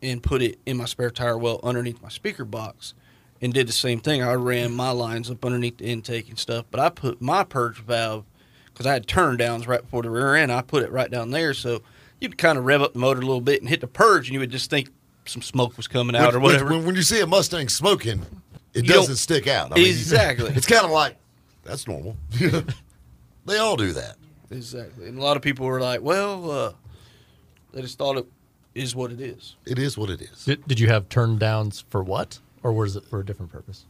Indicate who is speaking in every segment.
Speaker 1: and put it in my spare tire well underneath my speaker box, and did the same thing. I ran my lines up underneath the intake and stuff, but I put my purge valve because I had turn downs right before the rear end. I put it right down there, so you'd kind of rev up the motor a little bit and hit the purge, and you would just think some smoke was coming out
Speaker 2: When-
Speaker 1: or whatever.
Speaker 2: When, when you see a Mustang smoking, it
Speaker 1: You
Speaker 2: doesn't
Speaker 1: don't-
Speaker 2: stick out.
Speaker 1: Exactly.
Speaker 2: It's kind of like that's normal. they all do that.
Speaker 1: Exactly. And a lot of people were like, well, uh, they just thought it is what it is.
Speaker 2: It is what it is.
Speaker 3: Did, did you have turn downs for what? Or was it for a different purpose?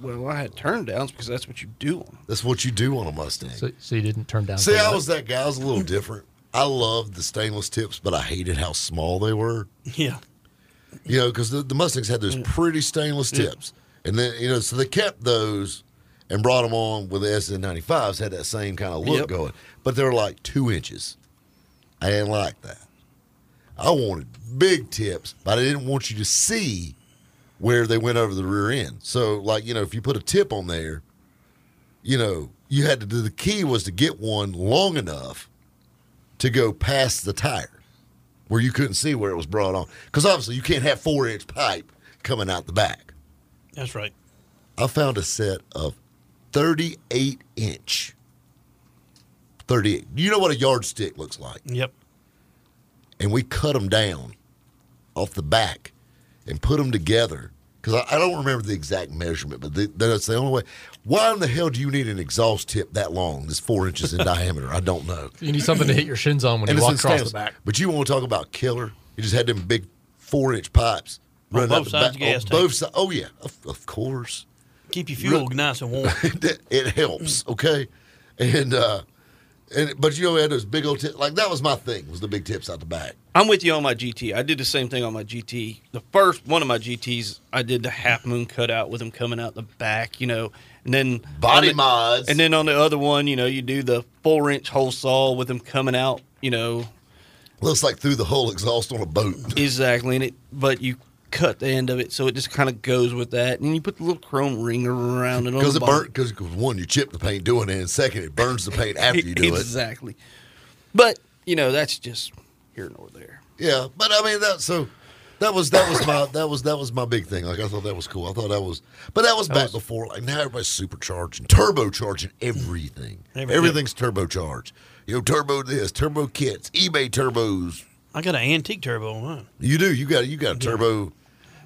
Speaker 1: Well, I had turn downs because that's what you do on them.
Speaker 2: That's what you do on a Mustang.
Speaker 3: So, so you didn't turn down.
Speaker 2: see,
Speaker 3: for
Speaker 2: I
Speaker 3: what?
Speaker 2: was that guy. I was a little different. I loved the stainless tips, but I hated how small they were.
Speaker 4: yeah.
Speaker 2: You know, because the, the Mustangs had those pretty stainless tips, and then you know, so they kept those and brought them on with the SN95s. Had that same kind of look
Speaker 1: Yep.
Speaker 2: going, but they were like two inches. I didn't like that. I wanted big tips, but I didn't want you to see where they went over the rear end. So, like you know, if you put a tip on there, you know, you had to. do The key was to get one long enough to go past the tire where you couldn't see where it was brought on. Because obviously you can't have four inch pipe coming out the back.
Speaker 4: That's right.
Speaker 2: I found a set of 38 inch. 38. You know what a yardstick looks like.
Speaker 4: Yep.
Speaker 2: And we cut them down off the back and put them together. Because I, I don't remember the exact measurement, but the, that's the only way. Why in the hell do you need an exhaust tip that long, that's four inches in diameter? I don't know.
Speaker 3: You need something to hit your shins on when
Speaker 2: and it's
Speaker 3: you walk
Speaker 2: in
Speaker 3: across
Speaker 2: stainless.
Speaker 3: the back.
Speaker 2: But you want to talk about killer? You just had them big four inch pipes
Speaker 4: On
Speaker 2: running
Speaker 4: both
Speaker 2: up the
Speaker 4: sides
Speaker 2: back-
Speaker 4: of the gas
Speaker 2: on
Speaker 4: tank.
Speaker 2: both sides. Oh yeah, of, of course.
Speaker 4: Keep your fuel nice and warm.
Speaker 2: That- it helps,
Speaker 1: Mm.
Speaker 2: okay, and uh, and but you know we had those big old tips. Like that was my thing was the big tips out the back.
Speaker 1: I'm with you on my GT. I did the same thing on my GT. The first one of my GTs, I did the half moon cutout with them coming out the back, you know, and then
Speaker 2: Body
Speaker 1: on the-
Speaker 2: mods.
Speaker 1: And then on the other one, you know, you do the four inch hole saw with them coming out, you know,
Speaker 2: Looks like through the whole exhaust on a boat.
Speaker 1: Exactly, and it but you cut the end of it, so it just kind of goes with that, and you put the little chrome ring around it on
Speaker 2: Because
Speaker 1: the
Speaker 2: it
Speaker 1: bottom.
Speaker 2: burnt. Because one, you chip the paint doing it, and second, it burns the paint after you do it.
Speaker 1: exactly. But you know that's just here nor there.
Speaker 2: Yeah, but I mean that. So that was that was my that was that was my big thing. Like I thought that was cool. I thought that was, but that was back before. Like now everybody's supercharged and turbocharging everything.
Speaker 4: Everything.
Speaker 2: Everything's turbocharged. You know, turbo this, turbo kits, eBay turbos.
Speaker 4: I got an antique turbo on mine.
Speaker 2: You do. You got you got a turbo.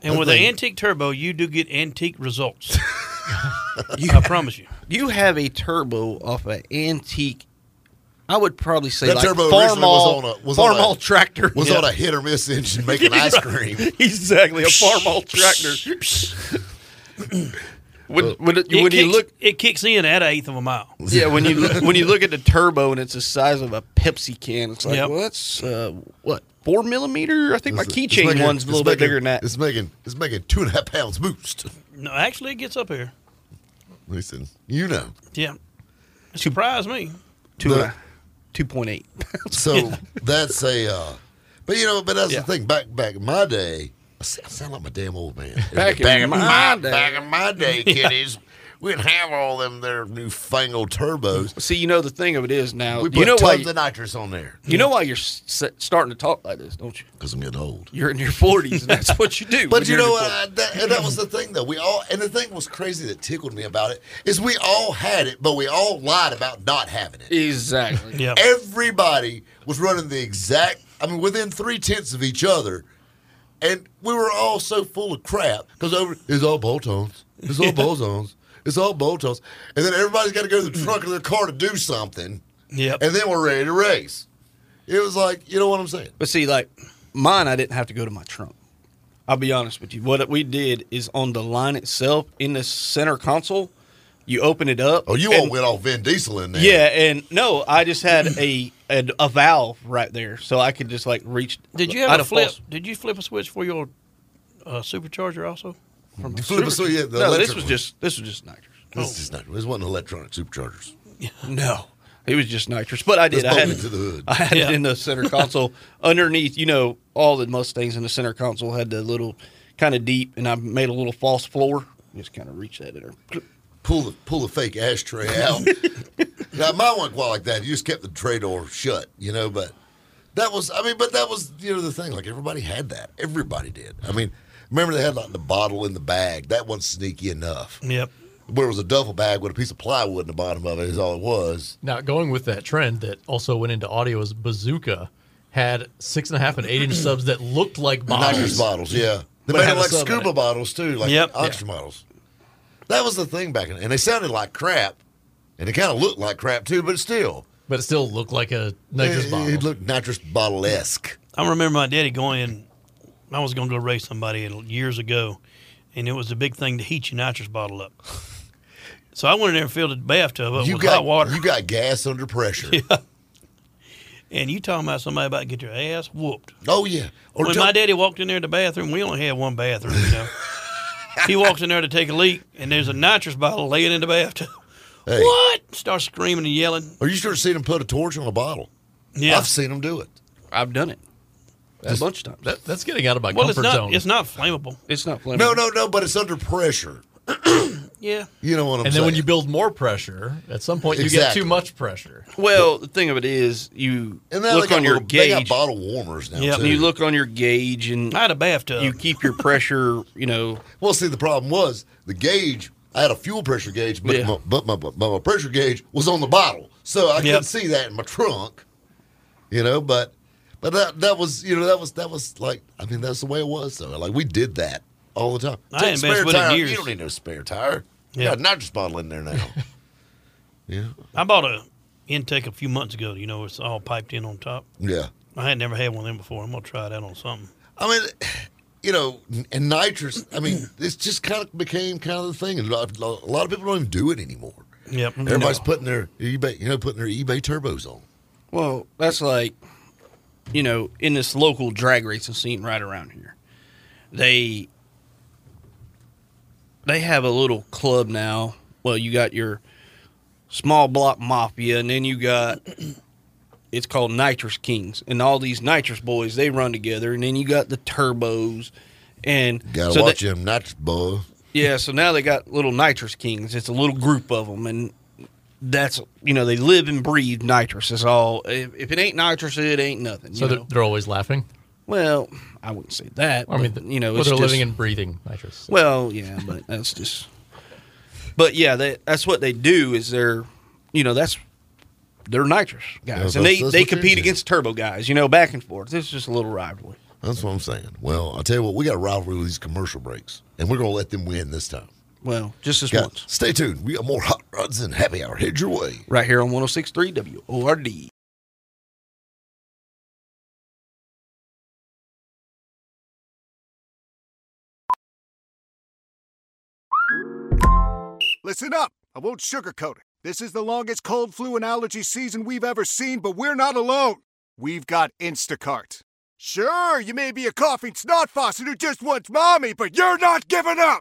Speaker 4: And with an
Speaker 2: thing-
Speaker 4: antique turbo, you do get antique results. I promise you.
Speaker 1: You have a turbo off an antique I would probably say
Speaker 2: That
Speaker 1: like
Speaker 2: turbo
Speaker 1: farm
Speaker 2: originally
Speaker 1: all,
Speaker 2: was on a- was
Speaker 1: farm
Speaker 2: on a-
Speaker 1: all tractor
Speaker 2: was
Speaker 1: Yeah.
Speaker 2: on a hit or miss engine making ice cream.
Speaker 1: exactly a farm all tractor. when when, it,
Speaker 4: It
Speaker 1: when you
Speaker 4: kicks-
Speaker 1: look
Speaker 4: it kicks in at an eighth of a mile.
Speaker 1: yeah when you when you look at the turbo and it's the size of a Pepsi can, it's like
Speaker 4: Yep.
Speaker 1: well that's uh, what four millimeter. I think my
Speaker 2: It's- it's
Speaker 1: keychain
Speaker 2: making-
Speaker 1: one's
Speaker 2: it's
Speaker 1: a little bit
Speaker 2: making-
Speaker 1: bigger than that.
Speaker 2: It's making it's making two and a half pounds boost.
Speaker 4: No, actually, it gets up here.
Speaker 2: Listen, you know.
Speaker 4: Yeah, it surprised me.
Speaker 1: Two
Speaker 2: the-
Speaker 1: and a- two point eight.
Speaker 2: So that's a, uh, but you know, but that's
Speaker 1: Yeah.
Speaker 2: the thing. Back back in my day, I s- I sound like my damn old man.
Speaker 1: Back in my day.
Speaker 2: back in my day, kiddies, we didn't have all them their newfangled turbos.
Speaker 1: See, you know the thing of it is now
Speaker 2: We put
Speaker 1: you know why
Speaker 2: tons
Speaker 1: you,
Speaker 2: of nitrous on there
Speaker 1: know why you're s- starting to talk like this, don't you?
Speaker 2: because I'm getting old.
Speaker 1: You're in your forties, and that's what you do.
Speaker 2: But
Speaker 1: when
Speaker 2: you
Speaker 1: you're in
Speaker 2: know
Speaker 1: your
Speaker 2: what?
Speaker 1: 40s.
Speaker 2: I, that, and that was the thing, though. We all and the thing was crazy that tickled me about it is we all had it, but we all lied about not having it.
Speaker 1: Exactly.
Speaker 4: Yeah,
Speaker 2: Everybody was running the exact. I mean, within three tenths of each other, and we were all so full of crap because over it's all bolt-ons, it's all bolt-ons, it's all bolt-ons, and then everybody's got to go to the trunk of their car to do something,
Speaker 4: yep.
Speaker 2: and then we're ready to race. It was like you know what I'm saying.
Speaker 1: But see, like mine, I didn't have to go to my trunk. I'll be honest with you. What we did is on the line itself in the center console, you open it up.
Speaker 2: Oh, you all
Speaker 1: and,
Speaker 2: went all Vin Diesel in there.
Speaker 1: Yeah, and no, I just had a, a a valve right there, so I could just like reach.
Speaker 4: Did you
Speaker 1: I had
Speaker 4: have a flip?
Speaker 1: false-
Speaker 4: Did you flip a switch for your uh, supercharger also?
Speaker 1: from a
Speaker 2: Flip a
Speaker 1: super-
Speaker 2: switch, yeah, the
Speaker 1: no, this
Speaker 2: electric
Speaker 1: was
Speaker 2: one.
Speaker 1: just this was just nitrous.
Speaker 2: this is not. This wasn't electronic superchargers.
Speaker 1: No, it was just nitrous. But I did.
Speaker 2: Let's
Speaker 1: I had,
Speaker 2: bump into the hood.
Speaker 1: I had
Speaker 4: Yeah.
Speaker 1: it in the center console underneath. You know, all the Mustangs in the center console had the little kind of deep, and I made a little false floor. Just kind of reach that in there.
Speaker 2: pull the pull the fake ashtray out. now mine wasn't quite like that. You just kept the tray door shut, you know. But that was, I mean, but that was you know the thing. Like everybody had that. Everybody did. I mean, remember they had like the bottle in the bag. That wasn't sneaky enough.
Speaker 4: Yep.
Speaker 2: Where it was a duffel bag with a piece of plywood in the bottom of it is all it was.
Speaker 3: Now, going with that trend that also went into audio is Bazooka had six and a half and eight inch subs that looked like
Speaker 2: Nitrous
Speaker 3: bottles.
Speaker 2: bottles, yeah. They
Speaker 3: But
Speaker 2: made
Speaker 3: had
Speaker 2: them
Speaker 3: a
Speaker 2: like
Speaker 3: sub on
Speaker 2: scuba
Speaker 3: it.
Speaker 2: bottles too, like
Speaker 4: Yep.
Speaker 2: oxygen bottles. That was the thing back then, and they sounded like crap, and they kind of looked like crap too. But still,
Speaker 3: But it still looked like a nitrous
Speaker 2: it,
Speaker 3: bottle.
Speaker 2: it looked nitrous bottle esque.
Speaker 4: I remember my daddy going. I was going to go race somebody years ago, and it was the big thing to heat your nitrous bottle up. So I went in there and filled a bathtub up
Speaker 2: you
Speaker 4: with
Speaker 2: got
Speaker 4: hot water.
Speaker 2: You got gas under pressure.
Speaker 4: and you talking about somebody about to get your ass whooped.
Speaker 2: Oh yeah. Or
Speaker 4: when
Speaker 2: don't-
Speaker 4: my daddy walked in there to the bathroom, we only had one bathroom, you know. he walks in there to take a leak, and there's a nitrous bottle laying in the bathtub.
Speaker 2: Hey.
Speaker 4: What? Starts screaming and yelling.
Speaker 2: Or you start seeing them put a torch on a bottle.
Speaker 4: Yeah.
Speaker 2: I've seen them do it.
Speaker 1: I've done it a bunch of times.
Speaker 3: That, that's getting out of my
Speaker 4: well, it's
Speaker 3: comfort
Speaker 4: not.
Speaker 3: zone.
Speaker 4: It's not flammable.
Speaker 1: it's not flammable.
Speaker 2: No, no, no. But it's under pressure.
Speaker 4: Yeah.
Speaker 2: You know what I'm
Speaker 3: and then
Speaker 2: saying?
Speaker 3: when you build more pressure, at some point you get
Speaker 2: Exactly.
Speaker 3: too much pressure.
Speaker 1: Well, the thing of it is, you
Speaker 2: and now
Speaker 1: look
Speaker 2: they got
Speaker 1: on your
Speaker 2: little- They got
Speaker 1: gauge.
Speaker 2: bottle warmers now
Speaker 4: Yeah.
Speaker 2: too.
Speaker 1: You look on your gauge, and
Speaker 4: I had a bathtub.
Speaker 1: you keep your pressure. You know,
Speaker 2: well, see, the problem was the gauge. I had a fuel pressure gauge, but
Speaker 1: Yeah.
Speaker 2: my, but my, but my pressure gauge was on the bottle, so I couldn't
Speaker 4: Yep.
Speaker 2: see that in my trunk. You know, but but that that was you know that was that was like I mean that's the way it was though. Like we did that all the time.
Speaker 4: I
Speaker 2: Take
Speaker 4: ain't
Speaker 2: spare
Speaker 4: messed with it in
Speaker 2: tire.
Speaker 4: years.
Speaker 2: You don't need no spare tire. You
Speaker 4: Yeah.
Speaker 2: got a nitrous bottle in there now. yeah,
Speaker 4: I bought a intake a few months ago. You know, it's all piped in on top.
Speaker 2: yeah.
Speaker 4: I had never had one of them before. I'm gonna try it out on something.
Speaker 2: I mean, you know, and nitrous. I mean, this just kind of became kind of the thing, and a lot, a lot of people don't even do it anymore.
Speaker 4: Yep.
Speaker 2: Everybody's putting their eBay, you know, putting their eBay turbos on.
Speaker 1: Well, that's like, you know, in this local drag racing scene right around here, they they have a little club now. Well, you got your small block mafia, and then you got it's called Nitrous Kings, and all these Nitrous boys they run together, and then you got the Turbos, and
Speaker 2: Gotta
Speaker 1: so
Speaker 2: watch
Speaker 1: that-
Speaker 2: them nitrous boy.
Speaker 1: yeah, so now they got little nitrous kings. It's a little group of them, and that's you know they live and breathe nitrous. It's all if, if it ain't nitrous, it ain't nothing.
Speaker 3: So
Speaker 1: you
Speaker 3: they're,
Speaker 1: know?
Speaker 3: they're always laughing.
Speaker 1: well, I wouldn't say that.
Speaker 3: I mean,
Speaker 1: but, you know,
Speaker 3: well,
Speaker 1: it's
Speaker 3: they're
Speaker 1: just,
Speaker 3: living and breathing nitrous.
Speaker 1: well, yeah, but that's just. But yeah, that that's what they do. Is they're, you know, that's they're nitrous guys,
Speaker 2: that's-
Speaker 1: and
Speaker 2: that's
Speaker 1: they they
Speaker 2: what they're
Speaker 1: compete
Speaker 2: doing.
Speaker 1: against turbo guys. You know, back and forth. This is just a little rivalry.
Speaker 2: That's what I'm saying. Well, I'll tell you what, we got a rivalry with these commercial breaks, and we're gonna let them win this time.
Speaker 1: Well, just this
Speaker 2: Guys,
Speaker 1: once, oh
Speaker 2: stay tuned. We got more hot rods and happy hour head your way.
Speaker 1: right here on 106.3 WORD.
Speaker 5: Listen up. I won't sugarcoat it. This is the longest cold flu and allergy season we've ever seen, but we're not alone. We've got Instacart. Sure, you may be a coughing snot faucet who just wants mommy, but you're not giving up!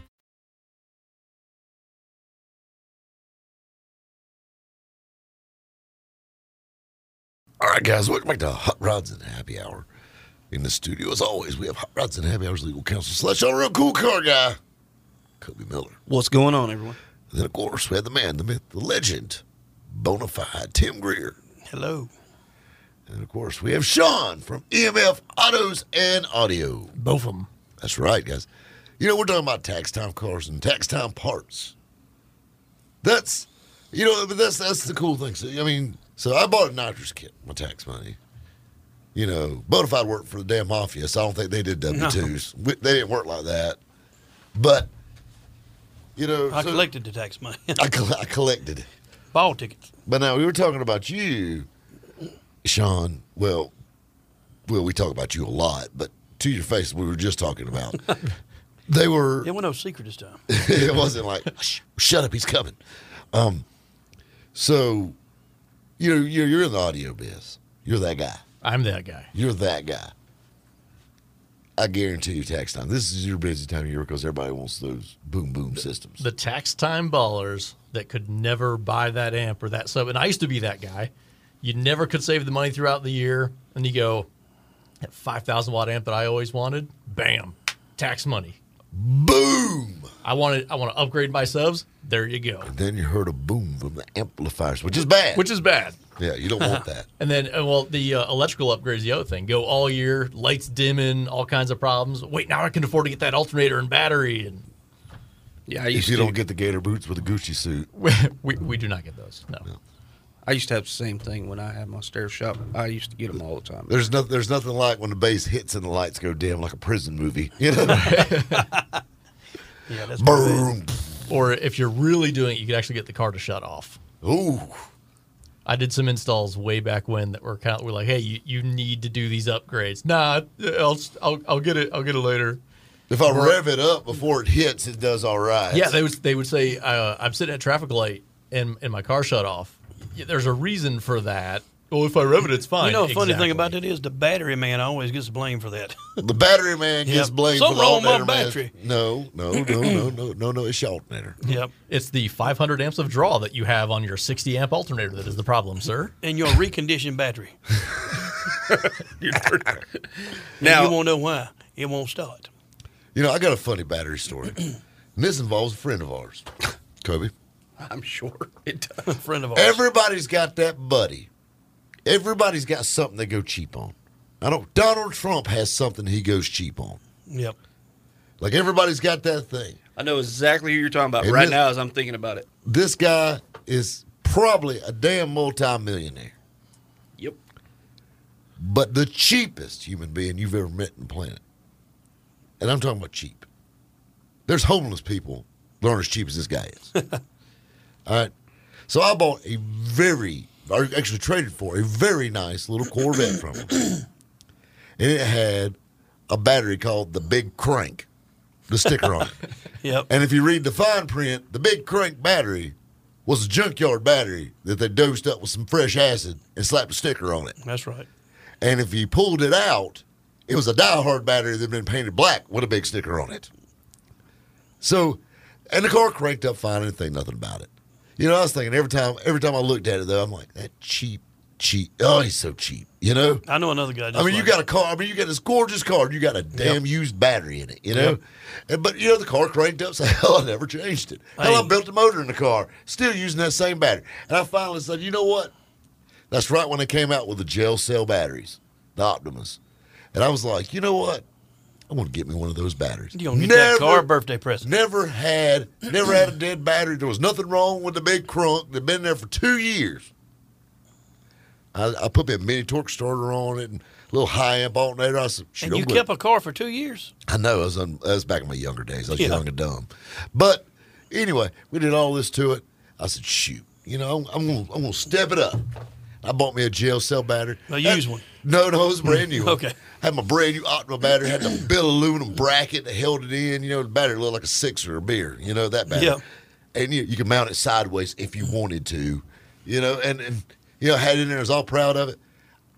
Speaker 2: All right, guys, welcome back to Hot Rods and Happy Hour. In the studio, as always, we have Hot Rods and Happy Hour's legal counsel slash all real cool car guy, Kobe Miller.
Speaker 1: What's going on, everyone?
Speaker 2: And then, of course, we had the man, the myth, the legend, bona fide Tim Greer.
Speaker 4: Hello.
Speaker 2: And, of course, we have Sean from EMF Autos and Audio.
Speaker 3: Both of them.
Speaker 2: That's right, guys. You know, we're talking about tax time cars and tax time parts. That's, you know, but that's that's the cool thing. So I mean, so I bought a nitrous kit, with my tax money. You know, Bonafide worked for the damn mafia, so I don't think they did W twos. They didn't work like that. But, you know,
Speaker 4: I
Speaker 2: so-
Speaker 4: collected the tax money.
Speaker 2: I, coll- I collected it.
Speaker 4: Ball tickets.
Speaker 2: But now we were talking about you, Sean. Well, well, we talk about you a lot, but to your face, we were just talking about. They were.
Speaker 4: It was no secret this time.
Speaker 2: it wasn't like "Shh, shut up, he's coming. Um, so you know you're you're in the audio biz. You're that guy.
Speaker 3: I'm that guy.
Speaker 2: You're that guy. I guarantee you, tax time. This is your busy time of year because everybody wants those boom boom systems.
Speaker 3: the tax time ballers that could never buy that amp or that sub. And I used to be that guy. You never could save the money throughout the year. And you go, that 5,000 watt amp that I always wanted, bam, tax money.
Speaker 2: boom.
Speaker 3: I wanted, I want to upgrade my subs. There you go,
Speaker 2: Then you heard a boom from the amplifiers, which is bad.
Speaker 3: which is bad.
Speaker 2: yeah, you don't want that.
Speaker 3: And then, uh, well, the uh, electrical upgrades the other thing. Go all year, lights dimming, all kinds of problems. Wait, now I can afford to get that alternator and battery. And
Speaker 1: Yeah, I
Speaker 2: If
Speaker 1: used
Speaker 2: you
Speaker 1: to.
Speaker 2: don't get the gator boots with a Gucci suit,
Speaker 3: we, we, we do not get those. No.
Speaker 1: I used to have the same thing when I had my stair shop. I used to get them all the time.
Speaker 2: there's nothing. There's nothing like when the bass hits and the lights go dim, like a prison movie. You know,
Speaker 4: Yeah, that's
Speaker 2: boom.
Speaker 3: Or if you're really doing it, you could actually get the car to shut off.
Speaker 2: Ooh.
Speaker 3: I did some installs way back when that were kind of, were like, hey, you, you need to do these upgrades. Nah, I'll, I'll I'll get it. I'll get it later.
Speaker 2: If I rev it up before it hits, it does all right.
Speaker 3: Yeah, they would they would say uh, I'm sitting at a traffic light and and my car shut off. Yeah, There's a reason for that. Well, if I rev it, it's fine.
Speaker 4: You know, the funny thing
Speaker 3: Exactly.
Speaker 4: about that is the battery man always gets blamed for that.
Speaker 2: the battery man gets
Speaker 4: Yeah.
Speaker 2: blamed
Speaker 4: Something
Speaker 2: for the
Speaker 4: wrong with my
Speaker 2: alternator man.
Speaker 4: battery.
Speaker 2: No, no, no, no, no, no, no. It's your alternator.
Speaker 4: yep.
Speaker 3: it's the 500 amps of draw that you have on your 60 amp alternator that is the problem, sir.
Speaker 4: And your reconditioned battery.
Speaker 1: Now-
Speaker 4: now, you won't know why. It won't start.
Speaker 2: You know, I got a funny battery story. and this involves a friend of ours, Kobe.
Speaker 1: I'm sure it does.
Speaker 4: Friend of ours.
Speaker 2: Everybody's got that buddy. Everybody's got something they go cheap on. I don't. Donald Trump has something he goes cheap on.
Speaker 4: yep.
Speaker 2: Like everybody's got that thing.
Speaker 1: I know exactly who you're talking about
Speaker 2: It
Speaker 1: right
Speaker 2: is-
Speaker 1: now as I'm thinking about it.
Speaker 2: This guy is probably a damn multimillionaire,
Speaker 1: Yep.
Speaker 2: but the cheapest human being you've ever met on the planet. And I'm talking about cheap. There's homeless people that aren't as cheap as this guy is. All right. So I bought a very, or actually traded for a very nice little Corvette from him. And it had a battery called the Big Crank, the sticker on it.
Speaker 4: Yep.
Speaker 2: And if you read the fine print, the big crank battery was a junkyard battery that they dosed up with some fresh acid and slapped a sticker on it.
Speaker 4: that's right.
Speaker 2: And if you pulled it out, it was a diehard battery that had been painted black with a big sticker on it. So, and the car cranked up fine. I didn't think nothing about it. You know, I was thinking every time every time I looked at it though, I'm like that cheap cheap. Oh, he's so cheap. You know.
Speaker 4: I know another guy. Just
Speaker 2: I mean, you
Speaker 4: like
Speaker 2: got a car. I mean, you got this gorgeous car. and You got a damn used battery in it, you know. And, but you know, the car cranked up. So hell, I never changed it. Hell, I
Speaker 4: Hey.
Speaker 2: built a motor in the car, still using that same battery. And I finally said, you know what? That's right when they came out with the gel cell batteries, the Optimus. And I was like, you know what? I want to get me one of those batteries.
Speaker 4: You gonna get that car birthday present?
Speaker 2: Never had, never had a dead battery. There was nothing wrong with the big crunk. They'd been there for two years. I, I put that mini torque starter on it and a little high amp alternator. I said, "Shoot,
Speaker 4: And you
Speaker 2: I'm
Speaker 4: kept
Speaker 2: good."
Speaker 4: a car for two years.
Speaker 2: I know. I was, un, I was back in my younger days. I was
Speaker 4: Yeah.
Speaker 2: young and dumb. But anyway, we did all this to it. I said, shoot, you know, I'm, I'm going to I'm gonna step it up. I bought me a jail cell battery.
Speaker 4: A
Speaker 2: That-
Speaker 4: used one. Hmm.
Speaker 2: No, no, it was a brand new. one.
Speaker 4: Okay.
Speaker 2: Had my brand new Optima battery, had the bit of aluminum bracket that held it in. You know, the battery looked like a six or a beer, you know, that battery.
Speaker 4: Yeah.
Speaker 2: And you, you could mount it sideways if you wanted to, you know, and, and you know, had it in there, I was all proud of it.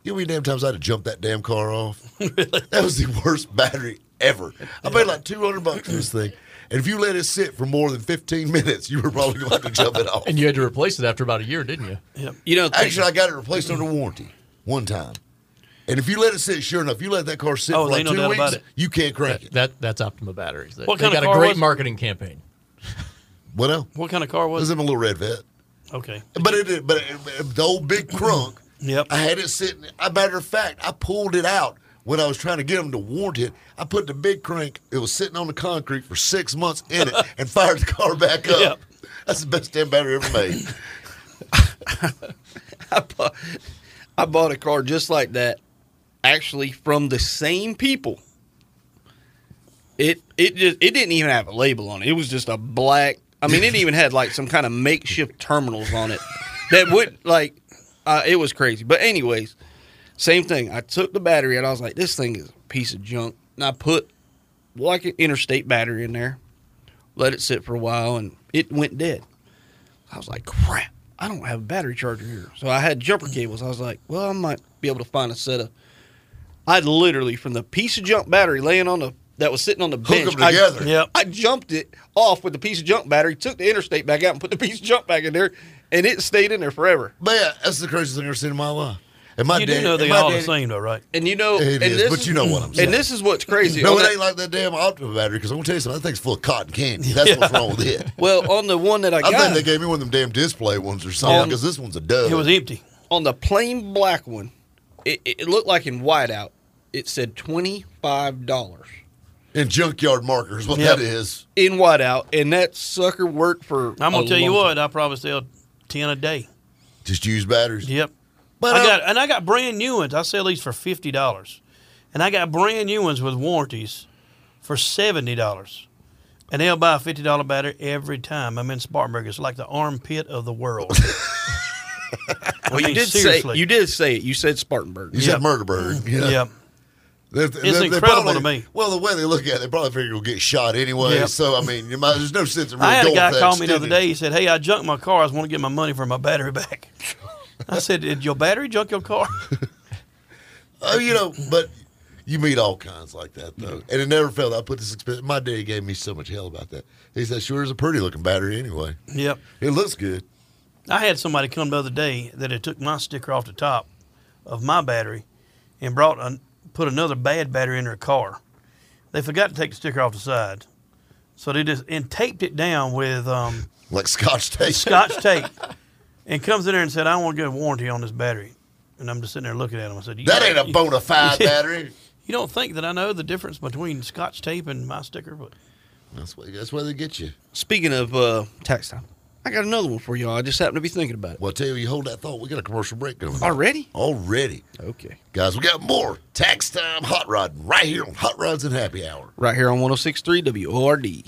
Speaker 2: You know, how many damn times I had to jump that damn car off. That was the worst battery ever. I paid like 200 bucks for this thing. And if you let it sit for more than 15 minutes, you were probably going to have to jump it off.
Speaker 3: And you had to replace it after about a year, didn't you?
Speaker 4: Yep.
Speaker 1: You don't think
Speaker 2: Actually, I got it replaced under warranty one time. And if you let it sit, sure enough, you let that car sit
Speaker 4: Oh,
Speaker 2: for
Speaker 4: they
Speaker 2: like
Speaker 4: know
Speaker 2: two
Speaker 4: that
Speaker 2: weeks,
Speaker 4: about it.
Speaker 2: you can't crank
Speaker 3: That,
Speaker 2: it.
Speaker 3: that that's Optima batteries. They,
Speaker 4: What
Speaker 3: they
Speaker 4: kind of
Speaker 3: got a
Speaker 4: car
Speaker 3: great
Speaker 4: was it?
Speaker 3: marketing campaign.
Speaker 2: What else?
Speaker 4: What kind of car
Speaker 2: It was
Speaker 4: was it?
Speaker 2: in a little red vet.
Speaker 4: Okay.
Speaker 2: But it, did- but it, the old big crunk.
Speaker 4: Yep.
Speaker 2: I had it sitting. A matter of fact, I pulled it out when I was trying to get them to warrant it. I put the big crank. It was sitting on the concrete for six months in it, and fired the car back up.
Speaker 4: Yep.
Speaker 2: That's the best damn battery ever made.
Speaker 1: I bought, I bought a car just like that, actually from the same people. It it just it didn't even have a label on it. It was just a black. I mean, it even had like some kind of makeshift terminals on it that would like. Uh, it was crazy. But anyways, same thing. I took the battery and I was like, this thing is a piece of junk. And I put like an interstate battery in there, let it sit for a while, and it went dead. I was like, crap, I don't have a battery charger here. So I had jumper cables. I was like, well, I might be able to find a set of. I literally, from the piece of junk battery laying on the, that was sitting on the
Speaker 2: Hook
Speaker 1: bench.
Speaker 2: 'em together.
Speaker 1: I,
Speaker 4: Yep.
Speaker 1: I jumped it off with the piece of junk battery, took the interstate back out and put the piece of junk back in there, and it stayed in there forever.
Speaker 2: Man, that's the craziest thing I've ever seen in my life. And my
Speaker 4: you
Speaker 2: dad,
Speaker 4: do know
Speaker 2: and
Speaker 4: they
Speaker 2: my
Speaker 4: all
Speaker 2: dad-
Speaker 4: the same though, right?
Speaker 1: And you know,
Speaker 2: It
Speaker 1: and
Speaker 2: is,
Speaker 1: this
Speaker 2: but you know what I'm saying.
Speaker 1: And this is what's crazy.
Speaker 2: No,
Speaker 1: On
Speaker 2: it
Speaker 1: that-
Speaker 2: ain't like that damn Optima battery because I'm gonna tell you something. That thing's full of cotton candy. That's what's wrong with it.
Speaker 1: well, on the one that I
Speaker 2: I
Speaker 1: got,
Speaker 2: think they gave me one of them damn display ones or something because this one's a dud.
Speaker 4: It was e empty.
Speaker 1: on the plain black one, it, it it looked like in whiteout, it said twenty five dollars
Speaker 2: in junkyard markers. What
Speaker 4: Yep.
Speaker 2: that is.
Speaker 1: in whiteout, and that sucker worked for.
Speaker 4: I'm
Speaker 1: a
Speaker 4: gonna tell you
Speaker 1: long
Speaker 4: what.
Speaker 1: time.
Speaker 4: I probably sell ten a day.
Speaker 2: Just use batteries.
Speaker 4: Yep.
Speaker 2: But
Speaker 4: I
Speaker 2: I-
Speaker 4: got and I got brand new ones. I sell these for fifty dollars, and I got brand new ones with warranties for seventy dollars. And they'll buy a fifty dollar battery every time. I'm in Spartanburg. It's like the armpit of the world.
Speaker 1: Well, you did say you did say it. You said Spartanburg.
Speaker 2: You
Speaker 4: Yep.
Speaker 2: said Murderbird. Yeah.
Speaker 4: Yep.
Speaker 2: They- they- they
Speaker 4: incredible
Speaker 2: probably-
Speaker 4: to me.
Speaker 2: Well, the way they look at it, they probably figure you'll get shot anyway.
Speaker 4: Yep.
Speaker 2: So I mean, you might, there's no sense in really
Speaker 4: I had a
Speaker 2: going
Speaker 4: guy
Speaker 2: for that
Speaker 4: call me the other
Speaker 2: extended-
Speaker 4: day. He said, "Hey, I junked my car. I just want to get my money for my battery back." I said, "Did your battery junk your car?"
Speaker 2: Oh, you know, but you meet all kinds like that though, and it never failed. I put this expense. My daddy gave me so much hell about that. He said, "Sure is a pretty looking battery anyway.
Speaker 4: yep.
Speaker 2: It looks good."
Speaker 4: I had somebody come the other day that had took my sticker off the top of my battery and brought an, put another bad battery in their car. They forgot to take the sticker off the side, so they just and taped it down with um,
Speaker 2: Like Scotch tape.
Speaker 4: scotch tape, and comes in there and said, "I want to get a warranty on this battery." And I'm just sitting there looking at him. I said, you,
Speaker 2: that ain't a
Speaker 4: you-
Speaker 2: bona fide battery.
Speaker 4: You don't think that I know the difference between scotch tape and my sticker, but
Speaker 2: That's why, that's why they get you.
Speaker 1: Speaking of uh, tax time, I got another one for y'all. I just happened to be thinking about it
Speaker 2: Well, I tell you, you hold that thought. We got a commercial break coming. up.
Speaker 1: already.
Speaker 2: Already.
Speaker 1: Okay,
Speaker 2: Guys, we got more tax time hot rod right here on Hot Rods and Happy Hour.
Speaker 1: right here on 106.3 WORD.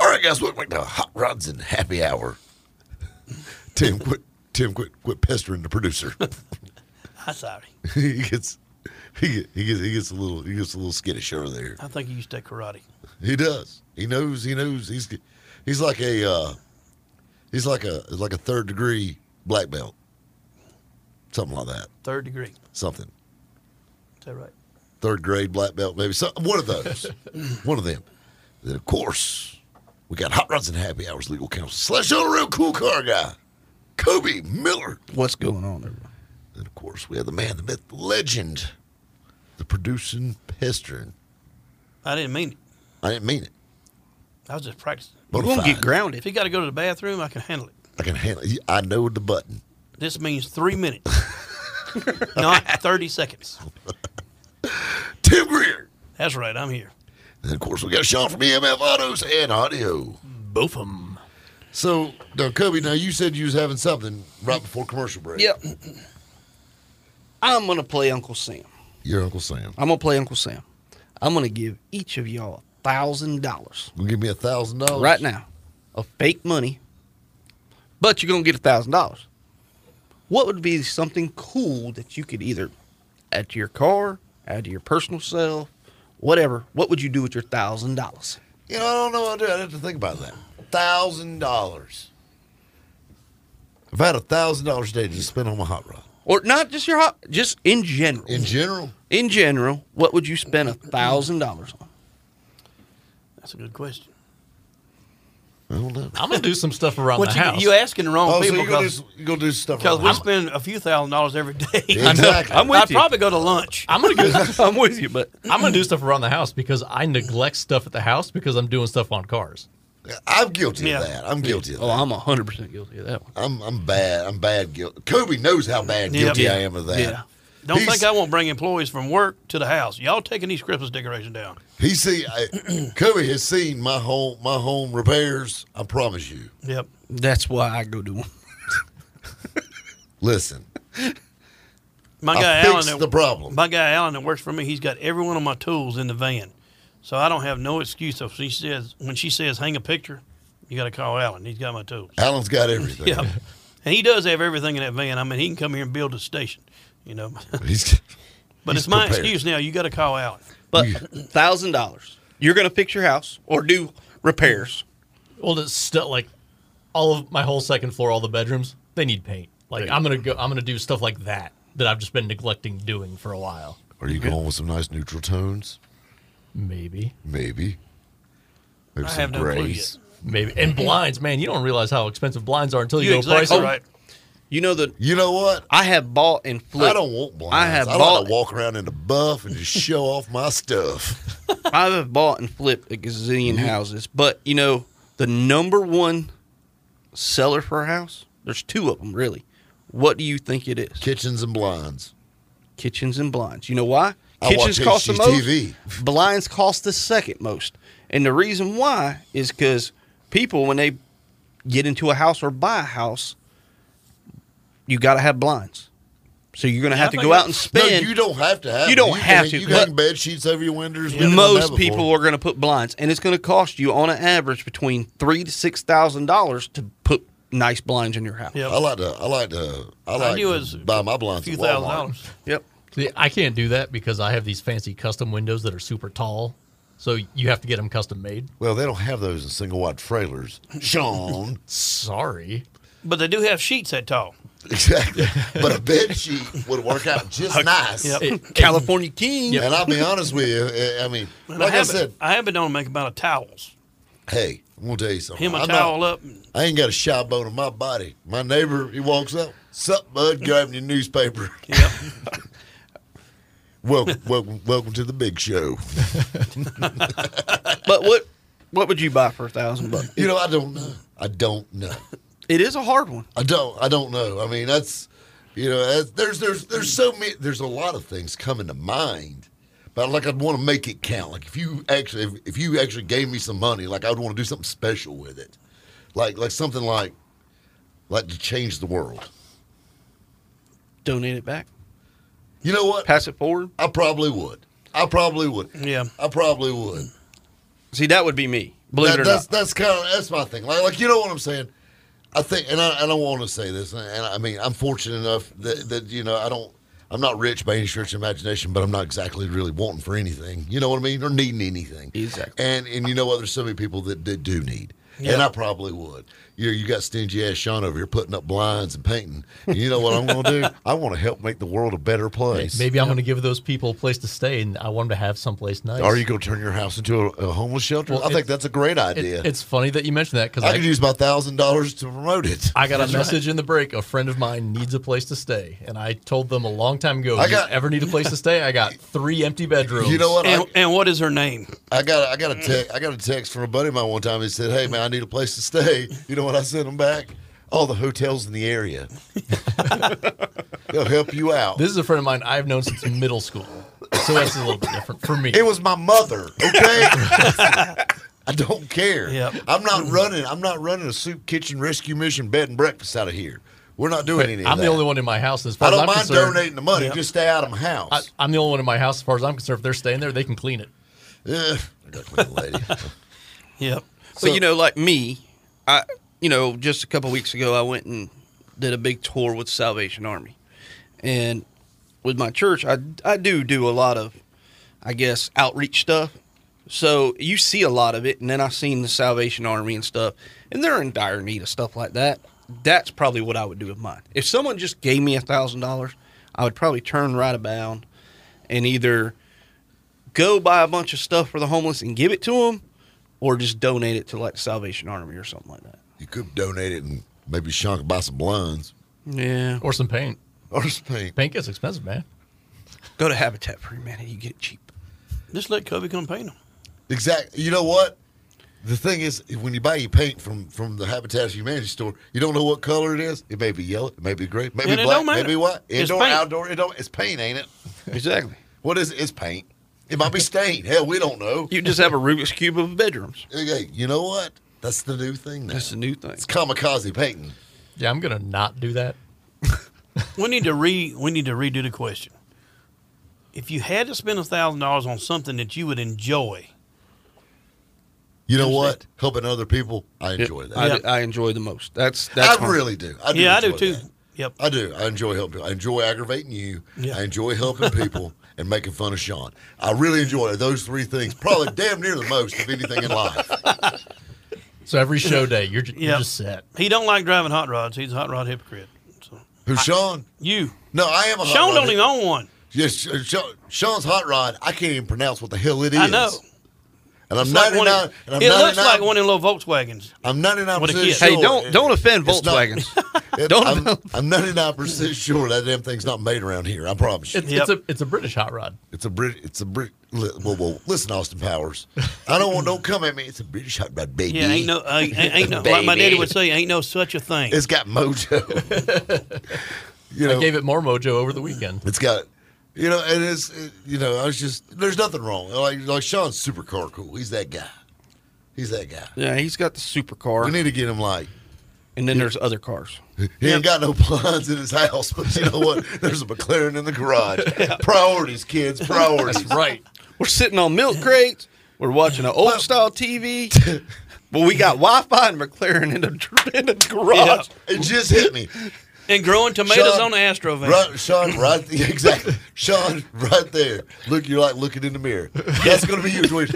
Speaker 2: All right, guys, welcome back to Hot Rods and Happy Hour. Tim, quit, Tim, quit, quit pestering the producer.
Speaker 4: I'm sorry.
Speaker 2: he gets, he gets, he gets, he gets a little, he gets a little skittish over there.
Speaker 4: I think he used to take karate.
Speaker 2: He does. He knows. He knows. He's, he's like a, uh, he's like a, like a third degree black belt, something like that.
Speaker 4: Third degree.
Speaker 2: Something.
Speaker 4: Is that right?
Speaker 2: third grade black belt, maybe some, one of those, one of them. Then of course we got Hot Rods and Happy Hours legal counsel slash other real cool car guy, Kobe Miller.
Speaker 1: What's going on, everyone?
Speaker 2: And of course we have the man, the myth, the legend, the producing pestering.
Speaker 4: I didn't mean it.
Speaker 2: I didn't mean it.
Speaker 4: I was just practicing.
Speaker 1: We're
Speaker 2: Bona
Speaker 1: going to
Speaker 2: fide.
Speaker 1: get grounded.
Speaker 4: If you got to go to the bathroom, I can handle it.
Speaker 2: I can handle. I know the button.
Speaker 4: This means three minutes, not 30 seconds.
Speaker 2: Tim Greer.
Speaker 4: That's right. I'm here.
Speaker 2: And of course we got Sean from EMF Autos and Audio.
Speaker 3: Both of them.
Speaker 2: So now Kobe, now you said you was having something right before commercial break.
Speaker 1: Yep. I'm going to play Uncle Sam.
Speaker 2: Your Uncle Sam.
Speaker 1: I'm going to play Uncle Sam. I'm going to give each of y'all a $1,000
Speaker 2: You Give me a thousand dollars
Speaker 1: right now of fake money, but you're going to get a $1,000. What would be something cool that you could either add to your car, add to your personal self, whatever? What would you do with your $1,000?
Speaker 2: You know, I don't know what to do. I'd have to think about that. Thousand dollars. If I had a thousand dollars a day to spend on my hot rod.
Speaker 1: Or not just your hot, just in general.
Speaker 2: In general,
Speaker 1: in general, what would you spend a thousand dollars on?
Speaker 4: That's a good question.
Speaker 2: I don't know.
Speaker 3: I'm gonna do some stuff around
Speaker 4: What
Speaker 3: the
Speaker 4: you,
Speaker 3: house.
Speaker 4: you asking the wrong
Speaker 2: Oh, so
Speaker 4: people
Speaker 2: you go do
Speaker 4: because
Speaker 2: s- you go do stuff.
Speaker 4: because
Speaker 2: around
Speaker 4: we
Speaker 2: the house.
Speaker 4: spend a few thousand dollars every day.
Speaker 2: exactly.
Speaker 1: I'm with
Speaker 4: I'd
Speaker 1: you.
Speaker 4: probably go to lunch.
Speaker 3: I'm gonna go.
Speaker 1: I'm with you, but
Speaker 3: I'm gonna do stuff around the house because I neglect stuff at the house because I'm doing stuff on cars.
Speaker 2: I'm guilty
Speaker 4: Yeah.
Speaker 2: of that. I'm guilty of
Speaker 1: oh,
Speaker 2: that.
Speaker 1: I'm hundred percent guilty of that one.
Speaker 2: I'm I'm bad. I'm bad guilty. Kobe knows how bad
Speaker 4: Yeah.
Speaker 2: guilty
Speaker 4: Yeah.
Speaker 2: I am of that.
Speaker 1: Yeah.
Speaker 4: Don't
Speaker 2: He's-
Speaker 4: think I won't bring employees from work to the house. Y'all taking these Christmas decorations down.
Speaker 2: He see I, Kobe has seen my home my home repairs. I promise you.
Speaker 4: Yep.
Speaker 1: That's why I go do one.
Speaker 2: Listen,
Speaker 4: My guy
Speaker 2: I
Speaker 4: Alan
Speaker 2: fixed
Speaker 4: that-
Speaker 2: the problem.
Speaker 4: My guy Alan that works for me, he's got every one of my tools in the van, so I don't have no excuse. So she says when she says hang a picture, you got to call Alan. He's got my tools.
Speaker 2: Alan's got everything.
Speaker 4: Yeah, and he does have everything in that van. I mean, he can come here and build a station, you know.
Speaker 2: He's
Speaker 4: but
Speaker 2: He's
Speaker 4: it's my
Speaker 2: prepared.
Speaker 4: excuse now. You got to call Alan.
Speaker 1: But thousand dollars, you're gonna fix your house or do repairs.
Speaker 3: Well, it's still like all of my whole second floor, all the bedrooms, they need paint. Like I'm gonna go. I'm gonna do stuff like that that I've just been neglecting doing for a while.
Speaker 2: Are you going with some nice neutral tones?
Speaker 3: Maybe,
Speaker 2: Maybe. Maybe
Speaker 4: I
Speaker 2: some
Speaker 4: have no clue
Speaker 2: grays.
Speaker 4: yet.
Speaker 3: maybe. And blinds, man, you don't realize how expensive blinds are until you,
Speaker 4: You
Speaker 3: go price
Speaker 4: exactly
Speaker 3: 'em.
Speaker 4: right.
Speaker 1: You know that
Speaker 2: You know what?
Speaker 1: I have bought and flipped.
Speaker 2: I don't want blinds.
Speaker 1: I have
Speaker 2: I like
Speaker 1: bought.
Speaker 2: to walk around in a buff and just show off my stuff.
Speaker 1: I have bought and flipped a gazillion
Speaker 2: Mm-hmm.
Speaker 1: houses, but you know the number one seller for a house. There's two of them really. What do you think it is?
Speaker 2: Kitchens and blinds.
Speaker 1: kitchens and blinds. You know why?
Speaker 2: I
Speaker 1: Kitchens
Speaker 2: watch
Speaker 1: cost the
Speaker 2: HGTV.
Speaker 1: most. Blinds cost the second most. And the reason why is because people, when they get into a house or buy a house, you got to have blinds. So you're going to
Speaker 4: Yeah, I
Speaker 1: have to
Speaker 4: think
Speaker 1: go out
Speaker 4: that-
Speaker 1: and
Speaker 2: No,
Speaker 1: spend.
Speaker 2: you don't have to have.
Speaker 1: You
Speaker 2: them.
Speaker 1: don't
Speaker 2: can
Speaker 1: have
Speaker 2: hang-
Speaker 1: to,
Speaker 2: You can hang
Speaker 1: but-
Speaker 2: bed sheets over your windows. We've done that
Speaker 1: Most
Speaker 2: before.
Speaker 1: people are going to put blinds, and it's going to cost you on an average between three to six thousand dollars to put nice blinds in your house.
Speaker 4: Yep.
Speaker 2: I like to. I like to. I like
Speaker 4: knew it was
Speaker 2: to buy my blinds.
Speaker 4: few
Speaker 2: at
Speaker 4: thousand
Speaker 2: Walmart.
Speaker 4: dollars.
Speaker 1: Yep.
Speaker 3: See, I can't do that because I have these fancy custom windows that are super tall. So you have to get them custom made.
Speaker 2: Well, they don't have those in single wide trailers, Sean.
Speaker 3: Sorry.
Speaker 4: But they do have sheets that tall.
Speaker 2: exactly. But a bed sheet would work out just nice.
Speaker 4: Yep.
Speaker 1: California King.
Speaker 2: And I'll be honest with you. I- I mean,
Speaker 4: And
Speaker 2: like
Speaker 4: I,
Speaker 2: I,
Speaker 4: have
Speaker 2: said,
Speaker 4: been, I have been on to make about a towels.
Speaker 2: hey, I'm gonna tell you something.
Speaker 4: Him a
Speaker 2: I'm not-
Speaker 4: towel up. and-
Speaker 2: I ain't got a shy bone in my body. My neighbor, he walks up, sup, bud, grabbing your newspaper.
Speaker 4: Yep.
Speaker 2: Welcome, welcome, welcome to the big show.
Speaker 1: but what what would you buy for a thousand bucks?
Speaker 2: You know, I don't know. I don't know.
Speaker 1: It is a hard one.
Speaker 2: I don't. I don't know. I mean, that's you know, that's, there's there's there's so many. There's a lot of things coming to mind, but like I'd want to make it count. Like if you actually if, if you actually gave me some money, like I'd want to do something special with it, like like something like like to change the world.
Speaker 1: Donate it back.
Speaker 2: You know what?
Speaker 1: Pass it forward.
Speaker 2: I probably would. I probably would.
Speaker 1: Yeah.
Speaker 2: I probably would.
Speaker 1: See, that would be me. Believe
Speaker 2: That-
Speaker 1: it or
Speaker 2: that's,
Speaker 1: not.
Speaker 2: That's kind of that's my thing. Like, like you know what I'm saying. I think, and I, I don't want to say this, and, and I mean, I'm fortunate enough that, that you know I don't, I'm not rich by any stretch of imagination, but I'm not exactly really wanting for anything. You know what I mean, or needing anything.
Speaker 1: Exactly.
Speaker 2: And and you know what, there's so many people that, that do need, and
Speaker 1: Yeah.
Speaker 2: I probably would. You know, you got stingy ass Sean over here putting up blinds and painting. And you know what I'm going to do? I want to help make the world a better place.
Speaker 3: Maybe I'm going to give those people a place to stay, and I want them to have someplace nice.
Speaker 2: Are you going to turn your house into a, a homeless shelter?
Speaker 3: Well,
Speaker 2: I think
Speaker 3: it's-
Speaker 2: that's a great
Speaker 3: It-
Speaker 2: idea.
Speaker 3: it's funny that you mentioned that because
Speaker 2: I,
Speaker 3: I,
Speaker 2: could use my thousand dollars to promote it.
Speaker 3: I got a message in the break. A friend of mine needs a place to stay, and I told them a long time ago.
Speaker 2: I
Speaker 3: I
Speaker 2: got-
Speaker 3: got ever need a place to stay? I got three empty bedrooms.
Speaker 2: You know what?
Speaker 4: And,
Speaker 2: I,
Speaker 4: and what is her name?
Speaker 2: I got I got a te- I got a text from a buddy of mine one time. He said, "Hey man, I need a place to stay." You know what I sent him back? All the hotels in the area. They'll help you out.
Speaker 3: This is a friend of mine I've known since middle school, so that's a little bit different for me.
Speaker 2: it was my mother. Okay. I don't care.
Speaker 4: Yep.
Speaker 2: I'm not running. I'm not running a soup kitchen rescue mission bed and breakfast out of here. We're not doing any of
Speaker 3: I'm
Speaker 2: that.
Speaker 3: the only one in my house. As far
Speaker 2: I
Speaker 3: as
Speaker 2: don't
Speaker 3: I'm
Speaker 2: mind
Speaker 3: concerned,
Speaker 2: donating the money. Just stay out of my house.
Speaker 3: I, I'm the only one in my house. As far as I'm concerned, if they're staying there, they can clean it.
Speaker 2: Ugh, I got a clean lady.
Speaker 4: Yep.
Speaker 2: So-
Speaker 1: well, you know, like me, I you know, just a couple weeks ago, I went and did a big tour with Salvation Army, and with my church, I I do do a lot of, I guess, outreach stuff. So you see a lot of it, and then I've seen the Salvation Army and stuff, and they're in dire need of stuff like that. That's probably what I would do with mine. If someone just gave me a thousand dollars, I would probably turn right about and either go buy a bunch of stuff for the homeless and give it to them, or just donate it to like the Salvation Army or something like that.
Speaker 2: You could donate it and maybe Sean could buy some blinds
Speaker 1: Yeah.
Speaker 3: Or some paint.
Speaker 2: or some paint.
Speaker 3: Paint gets expensive, man.
Speaker 1: Go to Habitat for Humanity, you get it cheap.
Speaker 4: Just let Kobe come paint them.
Speaker 2: Exactly. You know what? The thing is, when you buy your paint from from the Habitat for Humanity store, you don't know what color it is. It may be yellow, it may be gray, maybe
Speaker 4: And it
Speaker 2: black,
Speaker 4: don't matter.
Speaker 2: maybe white.
Speaker 4: It's
Speaker 2: Indoor,
Speaker 4: paint.
Speaker 2: outdoor. It don't. It's paint, ain't it?
Speaker 1: Exactly.
Speaker 2: What is it? It's paint. It might be stained. Hell, we don't know.
Speaker 1: You just have a Rubik's cube of bedrooms.
Speaker 2: Hey, you know what? That's the new thing now.
Speaker 1: That's the new thing.
Speaker 2: It's kamikaze painting.
Speaker 3: Yeah, I'm gonna not do that.
Speaker 4: We need to re we need to redo the question. If you had to spend a thousand dollars on something that you would enjoy,
Speaker 2: You know what? Helping other people, I enjoy that.
Speaker 1: I,
Speaker 4: Yeah.
Speaker 1: I enjoy the most. That's that's
Speaker 2: I
Speaker 1: my-
Speaker 2: really do. I do
Speaker 4: yeah, I do
Speaker 2: enjoy
Speaker 4: too.
Speaker 2: that.
Speaker 4: Yep.
Speaker 2: I do. I enjoy helping. I enjoy aggravating you.
Speaker 4: Yeah.
Speaker 2: I enjoy helping people and making fun of Sean. I really enjoy those three things. Probably damn near the most of anything in life.
Speaker 3: So every show day, you're, ju-
Speaker 4: Yeah.
Speaker 3: you're just set.
Speaker 4: He don't like driving hot rods. He's a hot rod hypocrite. So
Speaker 2: Who Sean?
Speaker 4: you,
Speaker 2: No, I am a hot
Speaker 4: Sean,
Speaker 2: rod.
Speaker 4: don't even own one.
Speaker 2: Yes, Sean, Sean's hot rod. I can't even pronounce what the hell it is.
Speaker 4: I know.
Speaker 2: And I'm
Speaker 4: It's like
Speaker 2: ninety
Speaker 4: one
Speaker 2: nine.
Speaker 4: of-
Speaker 2: and I'm
Speaker 4: it looks
Speaker 2: 99
Speaker 4: like one of them little Volkswagens.
Speaker 2: I'm ninety nine
Speaker 4: What a
Speaker 2: percent
Speaker 4: kid.
Speaker 2: sure.
Speaker 1: Hey, don't
Speaker 2: it-
Speaker 1: don't offend
Speaker 2: it's not-
Speaker 1: Volkswagens.
Speaker 2: it-
Speaker 1: don't
Speaker 2: I'm- I'm ninety nine percent sure that damn thing's not made around here. I promise you.
Speaker 3: It's,
Speaker 4: Yep.
Speaker 3: it's a it's a British hot rod.
Speaker 2: It's a Brit. It's a Brit. li- Whoa, whoa! Listen, Austin Powers. I don't want. Don't come at me. It's a British hot rod, baby.
Speaker 4: Yeah, ain't no, uh, ain't, ain't no. Like my daddy would say, ain't no such a thing.
Speaker 2: It's got mojo. you know,
Speaker 3: I gave it more mojo over the weekend.
Speaker 2: it's got. You know, and it's it- you know, I was just there's nothing wrong. Like like Sean's super car cool. He's that guy. He's that guy.
Speaker 1: yeah, he's got the
Speaker 2: We
Speaker 1: supercar,
Speaker 2: need to get him like
Speaker 1: and then there's other cars.
Speaker 2: he ain't got no blinds in his house, but you know what? There's a McLaren in the garage. Priorities, kids. Priorities.
Speaker 3: Right.
Speaker 1: We're sitting on milk crates. We're watching an old style TV. but we got Wi-Fi and McLaren in the, in the garage.
Speaker 2: It just hit me.
Speaker 4: and growing tomatoes
Speaker 2: Sean,
Speaker 4: on the Astrovan.
Speaker 2: Right, Sean, right, th- exactly. Sean, right there. Look, you're like looking in the mirror. That's going to be your tweet.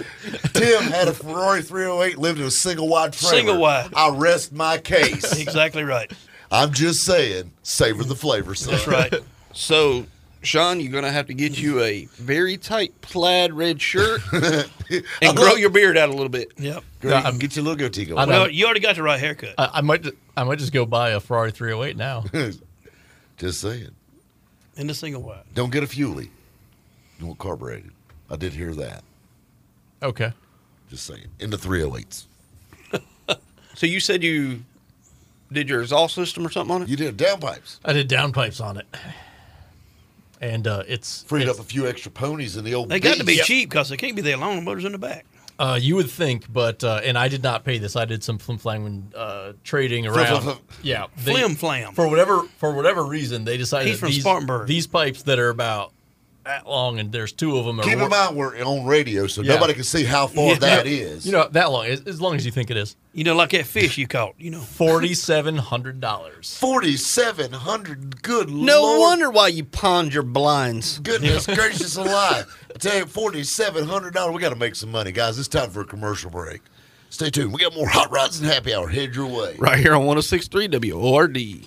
Speaker 2: Tim had a Ferrari 308, lived in a single wide trailer.
Speaker 4: Single wide.
Speaker 2: I rest my case.
Speaker 4: Exactly right.
Speaker 2: I'm just saying, savor the flavor, son.
Speaker 4: That's right.
Speaker 1: So, Sean, you're gonna have to get you a very tight plaid red shirt and grow your beard out a little bit.
Speaker 4: Yep.
Speaker 2: Girl, you can get your little goatee
Speaker 3: I
Speaker 2: going.
Speaker 4: Well,
Speaker 3: don't.
Speaker 4: you already got the right haircut.
Speaker 3: I, I might. ju- I might just go buy a Ferrari 308 now.
Speaker 2: Just saying.
Speaker 4: in the single wide.
Speaker 2: Don't get a fuelie. You want carbureted. I did hear that.
Speaker 3: Okay.
Speaker 2: Just saying. In the 308s.
Speaker 1: So you said you did your exhaust system or something on it?
Speaker 2: You did downpipes.
Speaker 3: I did downpipes on it, and uh, it's
Speaker 2: Freed up a few extra ponies in the old.
Speaker 4: They got to be
Speaker 2: D's.
Speaker 4: cheap because they can't be that long. The motor's in the back.
Speaker 3: Uh, you would think, but uh, and I did not pay this. I did some flim flam when uh, trading around.
Speaker 4: flim.
Speaker 3: Yeah,
Speaker 4: Flim flam.
Speaker 3: For whatever for whatever reason, they decided
Speaker 4: He's
Speaker 3: that
Speaker 4: from
Speaker 3: these,
Speaker 4: Spartanburg.
Speaker 3: These pipes that are about that long, and there's two of them. Are
Speaker 2: Keep in
Speaker 3: wor-
Speaker 2: mind we're on radio, so
Speaker 3: Yeah.
Speaker 2: nobody can see how far
Speaker 3: Yeah.
Speaker 2: that is.
Speaker 3: You know that long, as, as long as you think it is.
Speaker 4: You know, like that fish you caught. You know,
Speaker 3: Forty seven hundred dollars.
Speaker 2: forty-seven hundred. Good
Speaker 1: No
Speaker 2: lord.
Speaker 1: wonder why you pawned your blinds.
Speaker 2: Goodness gracious alive! I tell you, forty-seven hundred dollars. We got to make some money, guys. It's time for a commercial break. Stay tuned. We got more hot rods and happy hour head your way.
Speaker 1: Right here on 1063 WORD.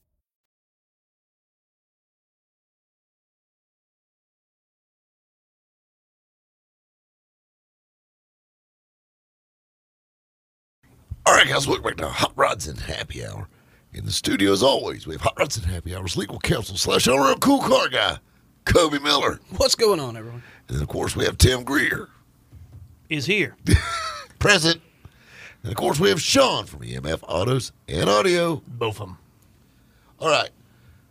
Speaker 2: All right, guys, welcome back to Hot Rods and Happy Hour. In the studio, as always, we have Hot Rods and Happy Hours legal counsel slash owner of Cool Car Guy, Kobe Miller.
Speaker 1: What's going on, everyone?
Speaker 2: And then, of course, we have Tim Greer.
Speaker 4: is here.
Speaker 2: present. And of course, we have Sean from EMF Autos and Audio.
Speaker 3: Both of them.
Speaker 2: All right.